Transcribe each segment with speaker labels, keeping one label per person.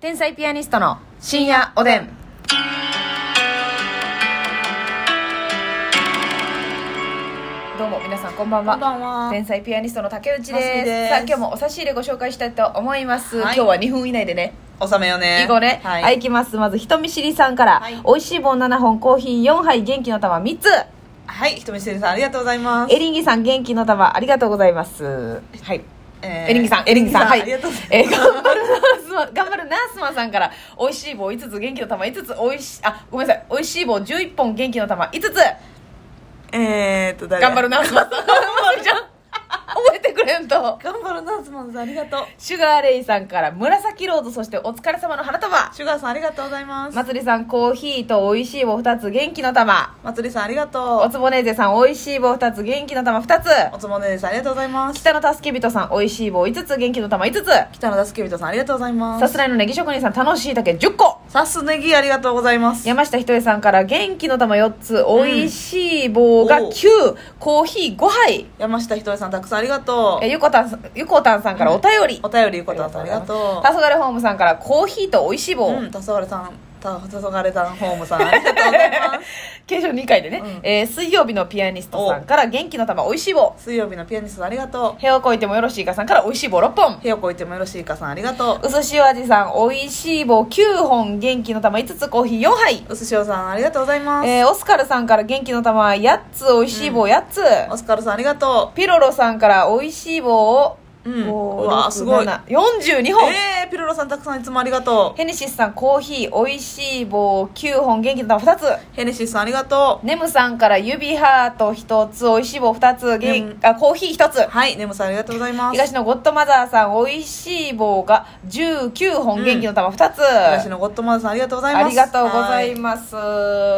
Speaker 1: 天才ピアニストの深夜おでん。どうも皆さんこんばんは。
Speaker 2: こんばんは
Speaker 1: 天才ピアニストの竹内
Speaker 2: ます
Speaker 1: で
Speaker 2: み
Speaker 1: す。
Speaker 2: です
Speaker 1: さあ今日もお差し入れご紹介したいと思います。
Speaker 2: はい
Speaker 1: 今日は2分以内でね。
Speaker 2: 納めよね
Speaker 1: 以後ね。は、
Speaker 2: はいい、
Speaker 1: 行きます。まず人見知りさんから、
Speaker 2: はい
Speaker 1: 美味しい棒7本、コーヒー4杯、元気の玉3つ。
Speaker 2: はい、ひとみせりさんありがとうございます
Speaker 1: エリンギさん元気の玉ありがとうございます。はい。
Speaker 2: えー
Speaker 1: エリンギさん、エリンギさん、はい。
Speaker 2: ありがとうござい
Speaker 1: えー頑張るナースマン、頑張るナースマンさんから、美味しい棒5つ、元気の玉5つ、おいし、あ、ごめんなさい、美味しい棒11本、元気の玉5つ、
Speaker 2: ますえーっと誰
Speaker 1: 頑張るナースマンさん。 まりちゃん、覚えてくれんと。
Speaker 2: 頑張るナースマンさんありがとう
Speaker 1: シュガーレイさんから、紫ローズ、そしてお疲れ様の花束。
Speaker 2: シュガーさんありがとうございます
Speaker 1: まつりさん、コーヒーと美味しい棒2つ、元気の玉。
Speaker 2: まつりさんありが
Speaker 1: お
Speaker 2: と
Speaker 1: つぼねーぜさん、美味しい棒2つ、元気の玉2つ。
Speaker 2: うおつもねでさんありがとうございます
Speaker 1: 北の助け人さん、美味しい棒5つ、元気の玉5つ。
Speaker 2: 北野助人さんありがとうございま
Speaker 1: さ
Speaker 2: す
Speaker 1: すらいのネギ職人さん、楽しいだけ10個。
Speaker 2: さすねぎありがとうございます
Speaker 1: 山下ひとえさんから元気の玉4つ、
Speaker 2: ん
Speaker 1: 美味しい棒が9
Speaker 2: おう、
Speaker 1: コーヒー5杯、
Speaker 2: 山下ひとりさんたくさんありがと
Speaker 1: えゆこたんさんゆこたんさんからお便り、
Speaker 2: うお便りゆこたんさんありがと
Speaker 1: 黄昏ホームさんからコーヒーと美味しい棒、
Speaker 2: ううんたそがれさんたそがれさんホームさんありがとうござい ます
Speaker 1: 継承2回でね、
Speaker 2: うん
Speaker 1: えー水曜日のピアニストさんから元気の玉美味しい棒、
Speaker 2: 水曜日のピアニストさんありがと
Speaker 1: 部屋をこいてもよろしいかさんから美味しい棒6本
Speaker 2: う、へよこいてもよろしいかさんありがとう
Speaker 1: うすしお味さん、美味しい棒9本、元気の玉5つ、コーヒー4杯、
Speaker 2: うすしおさんありがとうございます、
Speaker 1: えーオスカルさんから元気の玉8つ、美味しい棒8つ、
Speaker 2: オスカルさんありがと
Speaker 1: ピロロさんから美味しい棒を、
Speaker 2: うん
Speaker 1: 五
Speaker 2: うわ
Speaker 1: 六
Speaker 2: すごい
Speaker 1: 七42
Speaker 2: う
Speaker 1: 本、
Speaker 2: えー、ピロロさんたくさんいつもありがと
Speaker 1: ヘネシスさんコーヒー美味しい棒9本元気の玉2つ
Speaker 2: うヘネシスさんありがと
Speaker 1: ネムさんから指ハート1つ美味しい棒2つげん
Speaker 2: ネム
Speaker 1: あコーヒー1つ
Speaker 2: うはいネムさんありがとうございます
Speaker 1: 東のゴッドマザーさん美味しい棒が19本元気の玉2つ、
Speaker 2: 東のゴッドマザーさんありがとうございます
Speaker 1: ありがとうござい
Speaker 2: は
Speaker 1: ます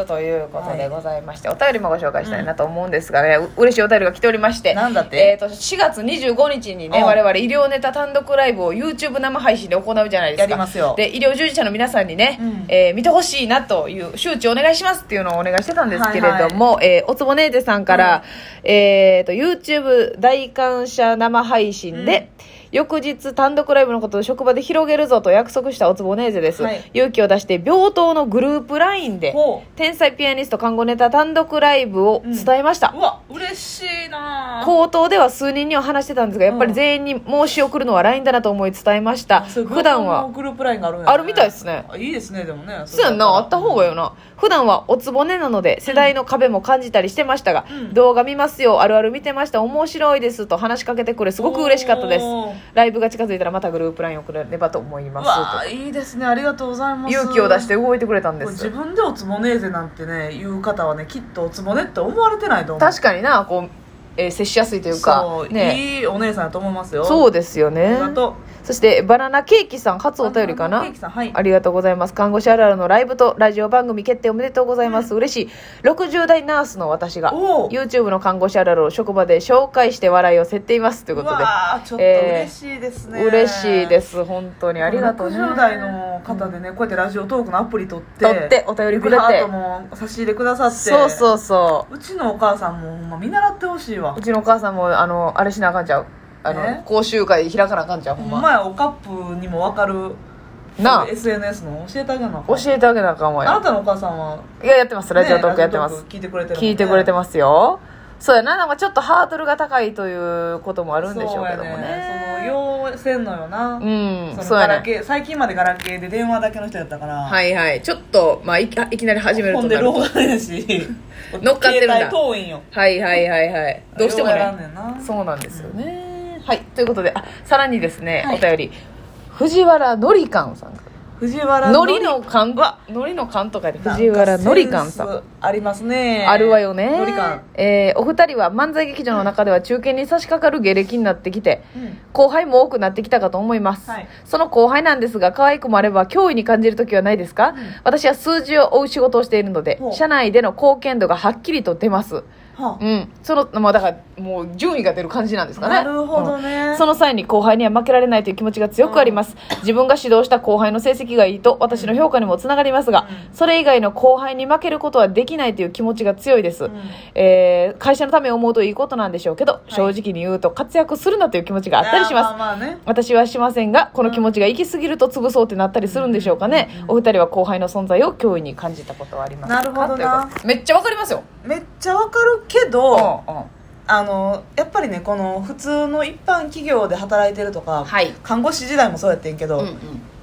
Speaker 1: ということでございまして、お便りもご紹介したいなと思うんですがね、う嬉しいお便りが来ておりまして
Speaker 2: なんだって
Speaker 1: えー、と4月25日にね
Speaker 2: うん
Speaker 1: 我々医療ネタ単独ライブを YouTube 生配信で行うじゃないですか
Speaker 2: やりますよ
Speaker 1: で医療従事者の皆さんにね、
Speaker 2: うん
Speaker 1: えー見てほしいなという周知お願いしますっていうのをお願いしてたんですけれども、えーおつぼねーぜさんから、えー、と YouTube 大感謝生配信で、翌日単独ライブのことを職場で広げるぞと約束したおつぼねーぜです、
Speaker 2: はい
Speaker 1: 勇気を出して病棟のグループ LINE で
Speaker 2: ほ
Speaker 1: 天才ピアニスト看護ネタ単独ライブを伝えました、
Speaker 2: ううわ嬉しいなぁ
Speaker 1: 口頭では数人には話してたんですがやっぱり全員に申し送るのは LINE だなと思い伝えました
Speaker 2: そういう
Speaker 1: 普段は
Speaker 2: グループラインがあるんやね
Speaker 1: あるみたいですね
Speaker 2: あいいですねでもね
Speaker 1: そうやんなあった方がいいよな普段はおつぼねなので世代の壁も感じたりしてましたが、
Speaker 2: うん
Speaker 1: 動画見ますよあるある見てました面白いですと話しかけてくれすごく嬉しかったです
Speaker 2: おー
Speaker 1: ライブが近づいたらまたグループ LINE 送れればと思いうま
Speaker 2: わ
Speaker 1: す
Speaker 2: ーいいですねありがとうございま
Speaker 1: と
Speaker 2: す
Speaker 1: 勇気を出して動いてくれたん
Speaker 2: こ
Speaker 1: で
Speaker 2: れ自
Speaker 1: す
Speaker 2: 分でおつぼねーぜなんてね言う方はねきっとおつぼねって思われてないと思う
Speaker 1: 確かになこう、えー接しやすいというか
Speaker 2: そう
Speaker 1: ね
Speaker 2: いいお姉さんだと思いますよ
Speaker 1: そううですよ
Speaker 2: あ
Speaker 1: ね
Speaker 2: りがとう
Speaker 1: そしてバナナケーキさん初お便りかな
Speaker 2: ケーキさんはい
Speaker 1: ありがとうございます。看護師あるあるのライブとラジオ番組決定おめでとうございます。嬉しい。60代ナースの私が、
Speaker 2: おお
Speaker 1: YouTube の看護師あるあるを職場で紹介して笑いを競っています。という
Speaker 2: う
Speaker 1: こと
Speaker 2: わーちょっと
Speaker 1: え
Speaker 2: 嬉
Speaker 1: ー
Speaker 2: しいですね、
Speaker 1: で。嬉しいですす。本当にありがとうね。
Speaker 2: 60代の方でね、こうやってラジオトークのアプリ取って
Speaker 1: 取ってお便りくれて
Speaker 2: ハートも差し入れくださって
Speaker 1: そう
Speaker 2: う
Speaker 1: そうそう
Speaker 2: ちのお母さんもほんま見習ってほしいわ
Speaker 1: う。うちのお母さんも、あの、あれしなあかんちゃう。あの
Speaker 2: ね、
Speaker 1: 講習会開かなあかんちゃう。ほ
Speaker 2: ほ
Speaker 1: ん
Speaker 2: ん
Speaker 1: ま。
Speaker 2: まやおカップにも分かる
Speaker 1: なあ
Speaker 2: そういう SNS の教えてあげなの
Speaker 1: 教えてあげなあかんわ
Speaker 2: あ
Speaker 1: よ
Speaker 2: な。たのお母さんは、ね
Speaker 1: いや、やってます。ラジオトークやってま
Speaker 2: ラジ
Speaker 1: す
Speaker 2: オ。トーク聞いてくれてるもんね、
Speaker 1: 聞いてくれてますよ。そうやな、なんかちょっとハードルが高いということもあるんでしょうけども
Speaker 2: そうや
Speaker 1: ね。
Speaker 2: ねその要せんのよな、
Speaker 1: うん、
Speaker 2: そ
Speaker 1: そ
Speaker 2: の
Speaker 1: うや
Speaker 2: ガラ
Speaker 1: ね。
Speaker 2: ケー最近までガラケーで電話だけの人やったから、い、
Speaker 1: はいはい。ちょっと、まあ、いきいきなり始める
Speaker 2: ほ
Speaker 1: と
Speaker 2: ん
Speaker 1: な
Speaker 2: で
Speaker 1: る
Speaker 2: 老
Speaker 1: と。
Speaker 2: 眼やし
Speaker 1: 乗っかってるんだ
Speaker 2: 携帯遠いんよ
Speaker 1: はいはいはいはい。どうしても
Speaker 2: よやらん
Speaker 1: ね。
Speaker 2: ねんな
Speaker 1: そうなんですよね。はい。ということで、あ、さらにですね、
Speaker 2: はい
Speaker 1: お便り。藤原のりかんさんから。
Speaker 2: 藤原
Speaker 1: のりのかんは、のりのかんとかで
Speaker 2: なんか
Speaker 1: 藤原のりかんさ
Speaker 2: セ
Speaker 1: ん。
Speaker 2: ンスありますね
Speaker 1: あるわよね
Speaker 2: のりかん、
Speaker 1: えーお二人は漫才劇場の中では中堅に差し掛かる芸歴になってきて、
Speaker 2: うん
Speaker 1: 後輩も多くなってきたかと思います、
Speaker 2: はい
Speaker 1: その後輩なんですが可愛くもあれば脅威に感じる時はないですか、私は数字を追う仕事をしているので
Speaker 2: ほう
Speaker 1: 社内での貢献度がはっきりと出ます
Speaker 2: は
Speaker 1: うん、そのまあだからもう順位が出る感じなんですか
Speaker 2: あ、
Speaker 1: ね
Speaker 2: なるほど
Speaker 1: う
Speaker 2: ね、
Speaker 1: んその際に後輩には負けられないという気持ちが強くあります、自分が指導した後輩の成績がいいと私の評価にもつながりますが、
Speaker 2: う
Speaker 1: それ以外の後輩に負けることはできないという気持ちが強いです、
Speaker 2: うん
Speaker 1: えー会社のためを思うといいことなんでしょうけど、正直に言うと活躍するなという気持ちがあったりします
Speaker 2: あーまあまあね
Speaker 1: 私はしませんがこの気持ちが行き過ぎると潰そうってなったりするんでしょうかね、お二人は後輩の存在を脅威に感じたことはありますか
Speaker 2: なるほどな
Speaker 1: ということめっちゃわかりますよ
Speaker 2: めっちゃわかるけど、
Speaker 1: うんうん
Speaker 2: あのやっぱりねこの普通の一般企業で働いてるとか、
Speaker 1: はい
Speaker 2: 看護師時代もそうやってんけど、
Speaker 1: うんうん
Speaker 2: っ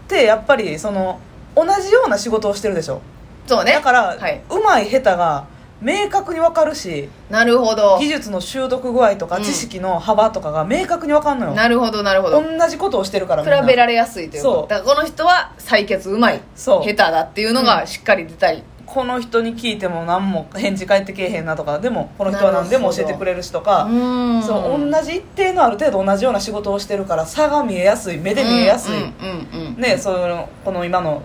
Speaker 2: てやっぱりその同じような仕事をしてるでしょ
Speaker 1: そうね
Speaker 2: だから、
Speaker 1: はい、
Speaker 2: うまい下手が明確に分かるし
Speaker 1: なるほど
Speaker 2: 技術の習得具合とか
Speaker 1: うん
Speaker 2: 知識の幅とかが明確に分かんのよ、
Speaker 1: なるほどなるほど
Speaker 2: 同じことをしてるからみんな
Speaker 1: 比べられやすいというか
Speaker 2: そう
Speaker 1: だからこの人は採血うまい
Speaker 2: そ
Speaker 1: 下
Speaker 2: う
Speaker 1: 手だっていうのがしっかり出たり、
Speaker 2: この人に聞いても何も返事返ってけえへんなとかでもこの人は何でも教えてくれるしとか
Speaker 1: うん
Speaker 2: そう同じ一定のある程度同じような仕事をしてるから差が見えやすい目で見えやすい、
Speaker 1: うんうんうん
Speaker 2: ねそのこの今の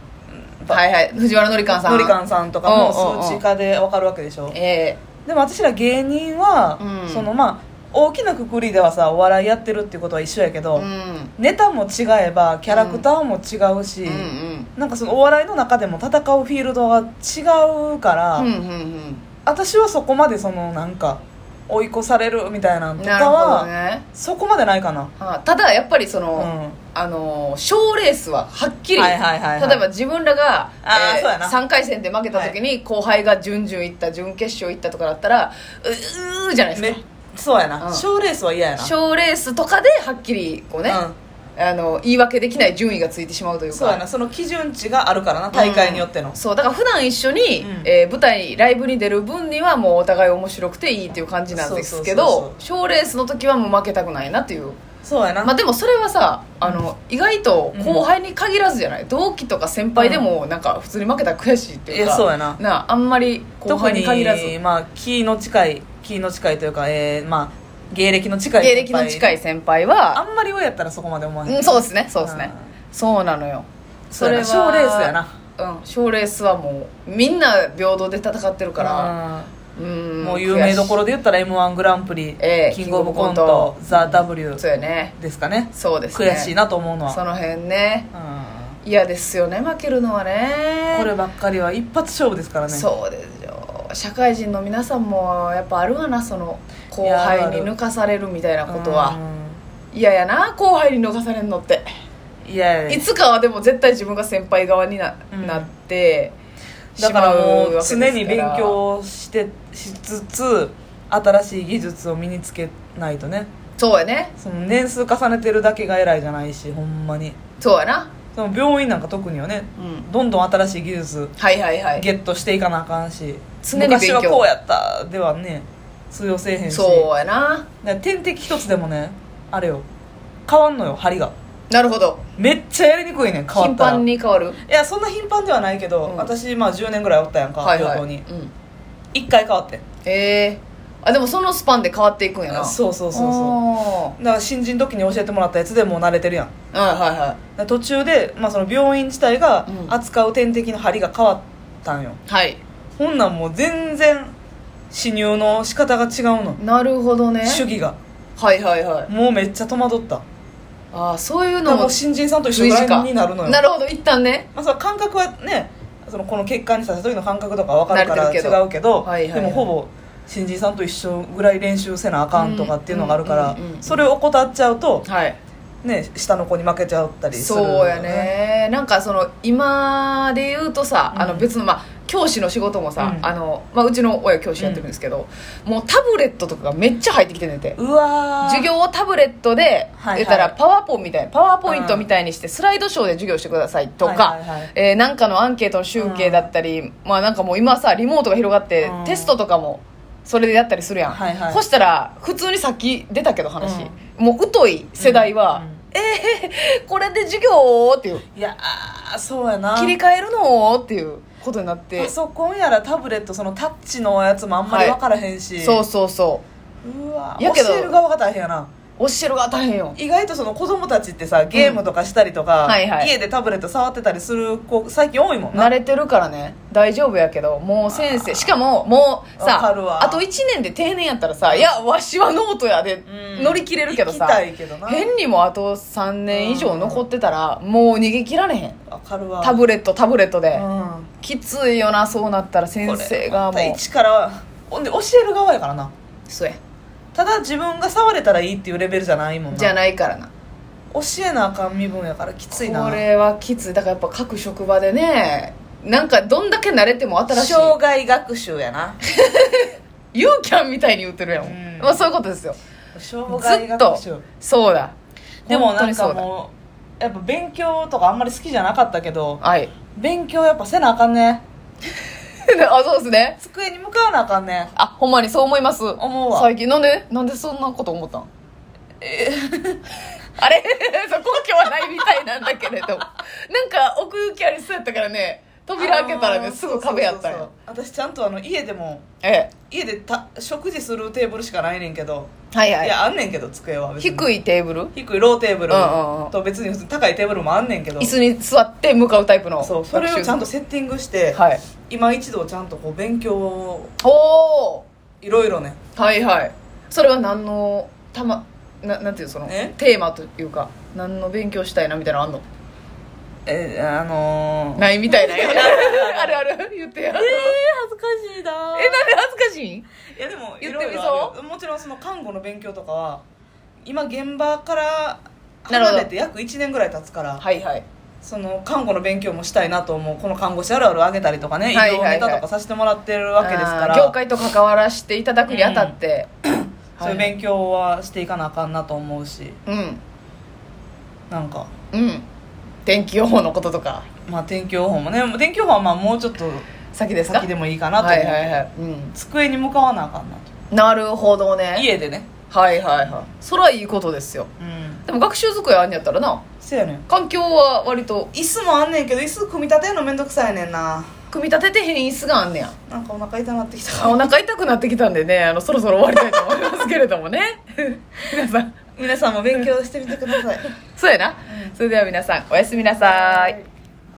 Speaker 1: はいはい藤原紀香さん
Speaker 2: のりかんさんとか
Speaker 1: うんうんう
Speaker 2: も
Speaker 1: ん
Speaker 2: 数値化で分かるわけでしょ
Speaker 1: え
Speaker 2: でも私ら芸人は、
Speaker 1: うん
Speaker 2: そのまあ大きなくくりではさお笑いやってるってことは一緒やけ
Speaker 1: え
Speaker 2: ど、
Speaker 1: うん
Speaker 2: ネタも違えばキャラクターも違うし、
Speaker 1: うんうん
Speaker 2: なんかそのお笑いの中でも戦うフィールドが違うから、
Speaker 1: うんうん
Speaker 2: 私はそこまでそのなんか追い越されるみたいな
Speaker 1: うんん
Speaker 2: と
Speaker 1: なる
Speaker 2: か
Speaker 1: ほど
Speaker 2: は、
Speaker 1: ね
Speaker 2: そこまでないかな、
Speaker 1: あただやっぱりそ
Speaker 2: うん、
Speaker 1: の、
Speaker 2: は
Speaker 1: あのー賞レースははっき
Speaker 2: い
Speaker 1: り、
Speaker 2: はいはい、はい、
Speaker 1: 例えば自分らが、
Speaker 2: あーそうやな
Speaker 1: 3回戦で負けた時に後輩が準々行った準決勝行ったとかだったらううーじゃないです
Speaker 2: め
Speaker 1: か
Speaker 2: そうやな
Speaker 1: うん
Speaker 2: 賞、レースは嫌やな
Speaker 1: 賞レースとかではっきりこうね、
Speaker 2: うん
Speaker 1: あの言い訳できない順位がついてしまうというか
Speaker 2: そうやなその基準値があるからな大会によっての、
Speaker 1: うんそうだから普段一緒に、
Speaker 2: うん
Speaker 1: えー舞台ライブに出る分にはもうお互い面白くていいっていう感じなんですけ
Speaker 2: そうそうそう
Speaker 1: ど
Speaker 2: そう
Speaker 1: 賞レースの時はもう負けたくないなっていう
Speaker 2: そうやな、
Speaker 1: まあでもそれはさあの、意外と後輩に限らずじゃない同期とか先輩でもなんか普通に負けたら悔しいっていう
Speaker 2: い
Speaker 1: か
Speaker 2: やそうやな
Speaker 1: あんまり後輩に限らず
Speaker 2: 特にまあキーの近いキーの近いというか、えー、まあ芸歴の近い
Speaker 1: 芸歴の近
Speaker 2: い
Speaker 1: い先輩は
Speaker 2: あんまり上やったらそこまで思わへん、
Speaker 1: うんそうですねそうですね
Speaker 2: うん
Speaker 1: そうなのよ
Speaker 2: それは賞レースやな
Speaker 1: うん賞レースはもうみんな平等で戦ってるからうん
Speaker 2: もう有名どころで言ったら m 1グランプリ、
Speaker 1: ええ
Speaker 2: キングオブコン
Speaker 1: キングオブ
Speaker 2: ト
Speaker 1: コント
Speaker 2: ザ・ w
Speaker 1: 悔しいそうやね
Speaker 2: ですかね
Speaker 1: そうですね
Speaker 2: 悔しいなと思うのは
Speaker 1: その辺ね
Speaker 2: うん
Speaker 1: 嫌ですよね負けるのはね
Speaker 2: こればっかりは一発勝負ですからね
Speaker 1: そうですよ社会人の皆さんもやっぱあるわなその後輩に抜かされるみたいなことは嫌やな後輩に抜かされるのって
Speaker 2: うんいやいや
Speaker 1: いつかはでも絶対自分が先輩側にな,、
Speaker 2: うん
Speaker 1: なって
Speaker 2: だからもう
Speaker 1: しまわけ
Speaker 2: 常
Speaker 1: で
Speaker 2: に
Speaker 1: す
Speaker 2: 勉
Speaker 1: から
Speaker 2: 強してしつつ新しい技術を身につけないとね
Speaker 1: そうやね
Speaker 2: その年数重ねてるだけが偉いじゃないしほんまに
Speaker 1: そうやな
Speaker 2: その病院なんか特によね
Speaker 1: うん
Speaker 2: どんどん新しい技術
Speaker 1: はいはいはい
Speaker 2: ゲットしていかなあかんし
Speaker 1: 常に勉
Speaker 2: 昔
Speaker 1: 強
Speaker 2: はこうやったではね通用せえへんし
Speaker 1: そうやな
Speaker 2: だから点滴一つでもねあれよ変わんのよ針が
Speaker 1: なるほど
Speaker 2: めっちゃやりにくいねん変わ
Speaker 1: 頻
Speaker 2: ったら
Speaker 1: 繁に変わる
Speaker 2: いやそんな頻繁ではないけど、
Speaker 1: うん
Speaker 2: 私まあ10年ぐらいおったやんか、
Speaker 1: はいは
Speaker 2: 病棟
Speaker 1: い、う
Speaker 2: に
Speaker 1: ん、
Speaker 2: 1回変わってん
Speaker 1: ええあでもそのスパンで変わっていくんやなう
Speaker 2: そうそうそうそ
Speaker 1: そう
Speaker 2: だから新人時に教えてもらったやつでもう慣れてるやんだか
Speaker 1: うはいはいは
Speaker 2: ら途中で、まあ、その病院自体が
Speaker 1: うん
Speaker 2: 扱う点滴の針が変わったんよ、
Speaker 1: いはい
Speaker 2: ほんなんもう全然死乳の仕方が違うの
Speaker 1: なるほどね
Speaker 2: 主義が
Speaker 1: はいはいはい
Speaker 2: もうめっちゃ戸惑った
Speaker 1: ああそういう
Speaker 2: だか
Speaker 1: の
Speaker 2: らも
Speaker 1: も
Speaker 2: う新人さんと一緒ぐらいになるのよ
Speaker 1: なるほど一旦ね
Speaker 2: まあ、その感覚はねそのこの血管に刺した時の感覚とかは分かるから
Speaker 1: 慣れてるけ
Speaker 2: 違
Speaker 1: ど
Speaker 2: うけど
Speaker 1: はいはいはい
Speaker 2: でもほぼ新人さんと一緒ぐらい練習せなあかんとかっていうのがあるから、
Speaker 1: うんうんうんうん
Speaker 2: それを怠っちゃうと、
Speaker 1: はい
Speaker 2: ね、下の子に負けちゃったりする
Speaker 1: そうやねなんかその今で言うとさ、
Speaker 2: うん
Speaker 1: あの別のまあ教師の仕事もさ、
Speaker 2: うん
Speaker 1: あのまあ、うちの親教師やってるんですけど、もうタブレットとかがめっちゃ入ってきてんねんて
Speaker 2: うわー
Speaker 1: 授業をタブレットで
Speaker 2: はいはい
Speaker 1: 言ったらパワーポンみたいなパワーポイントみたいにしてスライドショーで授業してくださいとか、
Speaker 2: はいはいはい
Speaker 1: えーなんかのアンケートの集計だったり、まあなんかもう今さリモートが広がって、
Speaker 2: うん
Speaker 1: テストとかもそれでやったりするやん、
Speaker 2: はいはい
Speaker 1: そしたら普通にさっき出たけど話、もう疎い世代は、
Speaker 2: うんうん
Speaker 1: えー、これで授業っていう
Speaker 2: いやーそうやな
Speaker 1: 切り替えるのっていうことになって
Speaker 2: パソコンやらタブレットそのタッチのやつもあんまり分からへんし、
Speaker 1: そうそうそう
Speaker 2: うわ
Speaker 1: やけど
Speaker 2: 教える側が大変やな
Speaker 1: 教えるが当たへんよ
Speaker 2: 意外とその子供たちってさゲームとかしたりとか、
Speaker 1: うんはいはい
Speaker 2: 家でタブレット触ってたりする子最近多いもんな
Speaker 1: 慣れてるからね大丈夫やけどもう先生しかももう
Speaker 2: わか
Speaker 1: さ
Speaker 2: るわ
Speaker 1: あと1年で定年やったらさ「いやわしはノートやで」
Speaker 2: うん
Speaker 1: 乗り切れるけど
Speaker 2: 行
Speaker 1: さ
Speaker 2: きたいけどな
Speaker 1: 変にもあと3年以上残ってたらもう逃げ切られへん
Speaker 2: わかるわ
Speaker 1: タブレットタブレットで
Speaker 2: うん
Speaker 1: きついよなそうなったら先生が
Speaker 2: こ
Speaker 1: も
Speaker 2: れま
Speaker 1: う
Speaker 2: た一からほんで教える側やからな
Speaker 1: そうや
Speaker 2: ただ自分が触れたらいいっていうレベルじゃないもんな
Speaker 1: じゃないからな
Speaker 2: 教えなあかん身分やからきついな
Speaker 1: これはきついだからやっぱ各職場でねなんかどんだけ慣れても新しい
Speaker 2: 障害学習やな
Speaker 1: ユーキャンみたいに言ってるやん、
Speaker 2: うん
Speaker 1: まあ、そういうことですよ
Speaker 2: 障害
Speaker 1: ずっ
Speaker 2: 学
Speaker 1: と
Speaker 2: 習
Speaker 1: そうだ
Speaker 2: でも
Speaker 1: 本
Speaker 2: な
Speaker 1: 当
Speaker 2: ん
Speaker 1: にそ
Speaker 2: か
Speaker 1: うだ
Speaker 2: もうやっぱ勉強とかあんまり好きじゃなかったけど
Speaker 1: はい
Speaker 2: 勉強やっぱせなあかんね
Speaker 1: あそうですね
Speaker 2: 机に向かわなあかんね
Speaker 1: あほんまにそう思います
Speaker 2: 思うわ
Speaker 1: 最近なんでなんでそんなこと思ったんあれ そう根拠はないみたいなんだけれど なんか奥行きありそうやったからね扉開けたら
Speaker 2: あ
Speaker 1: ね
Speaker 2: のー
Speaker 1: すぐ壁やったん
Speaker 2: そう
Speaker 1: よ
Speaker 2: そうそう私ちゃんとあの家でも
Speaker 1: え
Speaker 2: 家でた食事するテーブルしかないねんけど、
Speaker 1: えはい
Speaker 2: い、
Speaker 1: はい
Speaker 2: やあんねんけど机は別に
Speaker 1: 低いテーブル
Speaker 2: 低いローテーブル
Speaker 1: うんうんうん
Speaker 2: と別に普通に高いテーブルもあんねんけど
Speaker 1: 椅子に座って向かうタイプの
Speaker 2: そうそれをちゃんとセッティングして、
Speaker 1: はい
Speaker 2: 今一度ちゃんとこう勉強を
Speaker 1: おお
Speaker 2: いろいろね
Speaker 1: はいはいそれは何のたまななんていうのその
Speaker 2: え
Speaker 1: テーマというか何の勉強したいなみたいなのあんの
Speaker 2: えあのー、
Speaker 1: ないみたいな あるある言ってやえなんで
Speaker 2: 恥ずかしいな
Speaker 1: 恥ずかしいん
Speaker 2: いやでも
Speaker 1: 言ってみそう
Speaker 2: いろいろあるよもちろんその看護の勉強とかは今現場から
Speaker 1: なるほど
Speaker 2: 離れて約1年ぐらい経つから
Speaker 1: はいはい
Speaker 2: その看護の勉強もしたいなと思うこの看護師あるあるあげたりとかね医
Speaker 1: はいはい
Speaker 2: 療
Speaker 1: はい
Speaker 2: ネタとかさせてもらってるわけですか
Speaker 1: あ
Speaker 2: ら
Speaker 1: ー業界と関わらせていただくにあたって、
Speaker 2: そういう勉強はしていかなあかんなと思うし
Speaker 1: うん
Speaker 2: なんか
Speaker 1: うん天気予報のこととか
Speaker 2: まあ天気予報もね天気予報はまあもうちょっと
Speaker 1: 先ですか
Speaker 2: 先でもいいかなと
Speaker 1: は
Speaker 2: 思
Speaker 1: いは
Speaker 2: う
Speaker 1: いはい、うん、
Speaker 2: 机に向かわなあかんなと
Speaker 1: なるほどね
Speaker 2: 家でね
Speaker 1: はいはいはいそれはいいことですよ
Speaker 2: うん
Speaker 1: でも学習机あんやったらな
Speaker 2: せやねん
Speaker 1: 環境は割と
Speaker 2: 椅子もあんねんけど椅子組み立てんのめんどくさいねんな
Speaker 1: 組み立ててへん椅子があんねや
Speaker 2: なんかお腹痛なってきた
Speaker 1: あお腹痛くなってきたんでねあのそろそろ終わりたいと思いますけれどもね 皆さん
Speaker 2: 皆さんも勉強してみてください
Speaker 1: そうやな、それでは皆さんおやすみなさい